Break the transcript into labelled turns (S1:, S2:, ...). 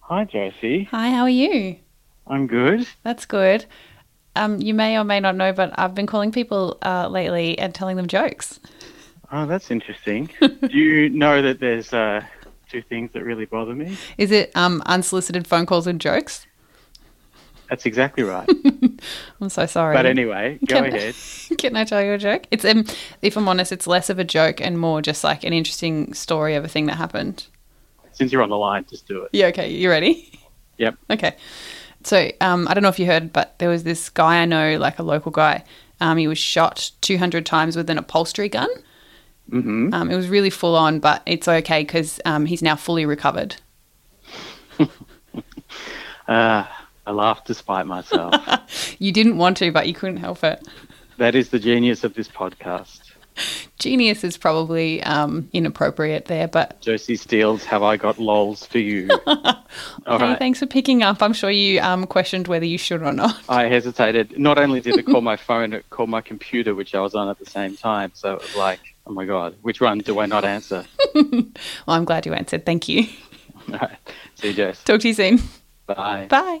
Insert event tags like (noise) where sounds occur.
S1: Hi, Josie.
S2: Hi, how are you?
S1: I'm good.
S2: That's good. Um, you may or may not know, but I've been calling people uh, lately and telling them jokes.
S1: Oh, that's interesting. Do you know that there's uh, two things that really bother me?
S2: Is it um, unsolicited phone calls and jokes?
S1: That's exactly right.
S2: I'm so sorry.
S1: But anyway, go
S2: Can-
S1: ahead.
S2: (laughs) Can I tell you a joke? It's um, if I'm honest, it's less of a joke and more just like an interesting story of a thing that happened.
S1: Since you're on the line, just do it.
S2: Yeah, okay, you ready?
S1: Yep.
S2: Okay. So um, I don't know if you heard, but there was this guy I know, like a local guy. Um, he was shot 200 times with an upholstery gun.
S1: hmm
S2: Um, it was really full on, but it's okay because um, he's now fully recovered.
S1: Uh, I laugh despite myself.
S2: You didn't want to, but you couldn't help it.
S1: that is the genius of this podcast.
S2: Genius is probably um, inappropriate there, but
S1: Josie Steele's Have I Got Lols for You? All
S2: hey,
S1: right.
S2: thanks for picking up. I'm sure you um, questioned whether you should or not. (laughs)
S1: I hesitated. Not only did it call my phone, it called my computer, which I was on at the same time. So it was like, oh my God, which one do I not answer? (laughs)
S2: Well, I'm glad you answered. Thank you. (laughs)
S1: All right. See you, Jess.
S2: Talk to you soon.
S1: Bye.
S2: Bye.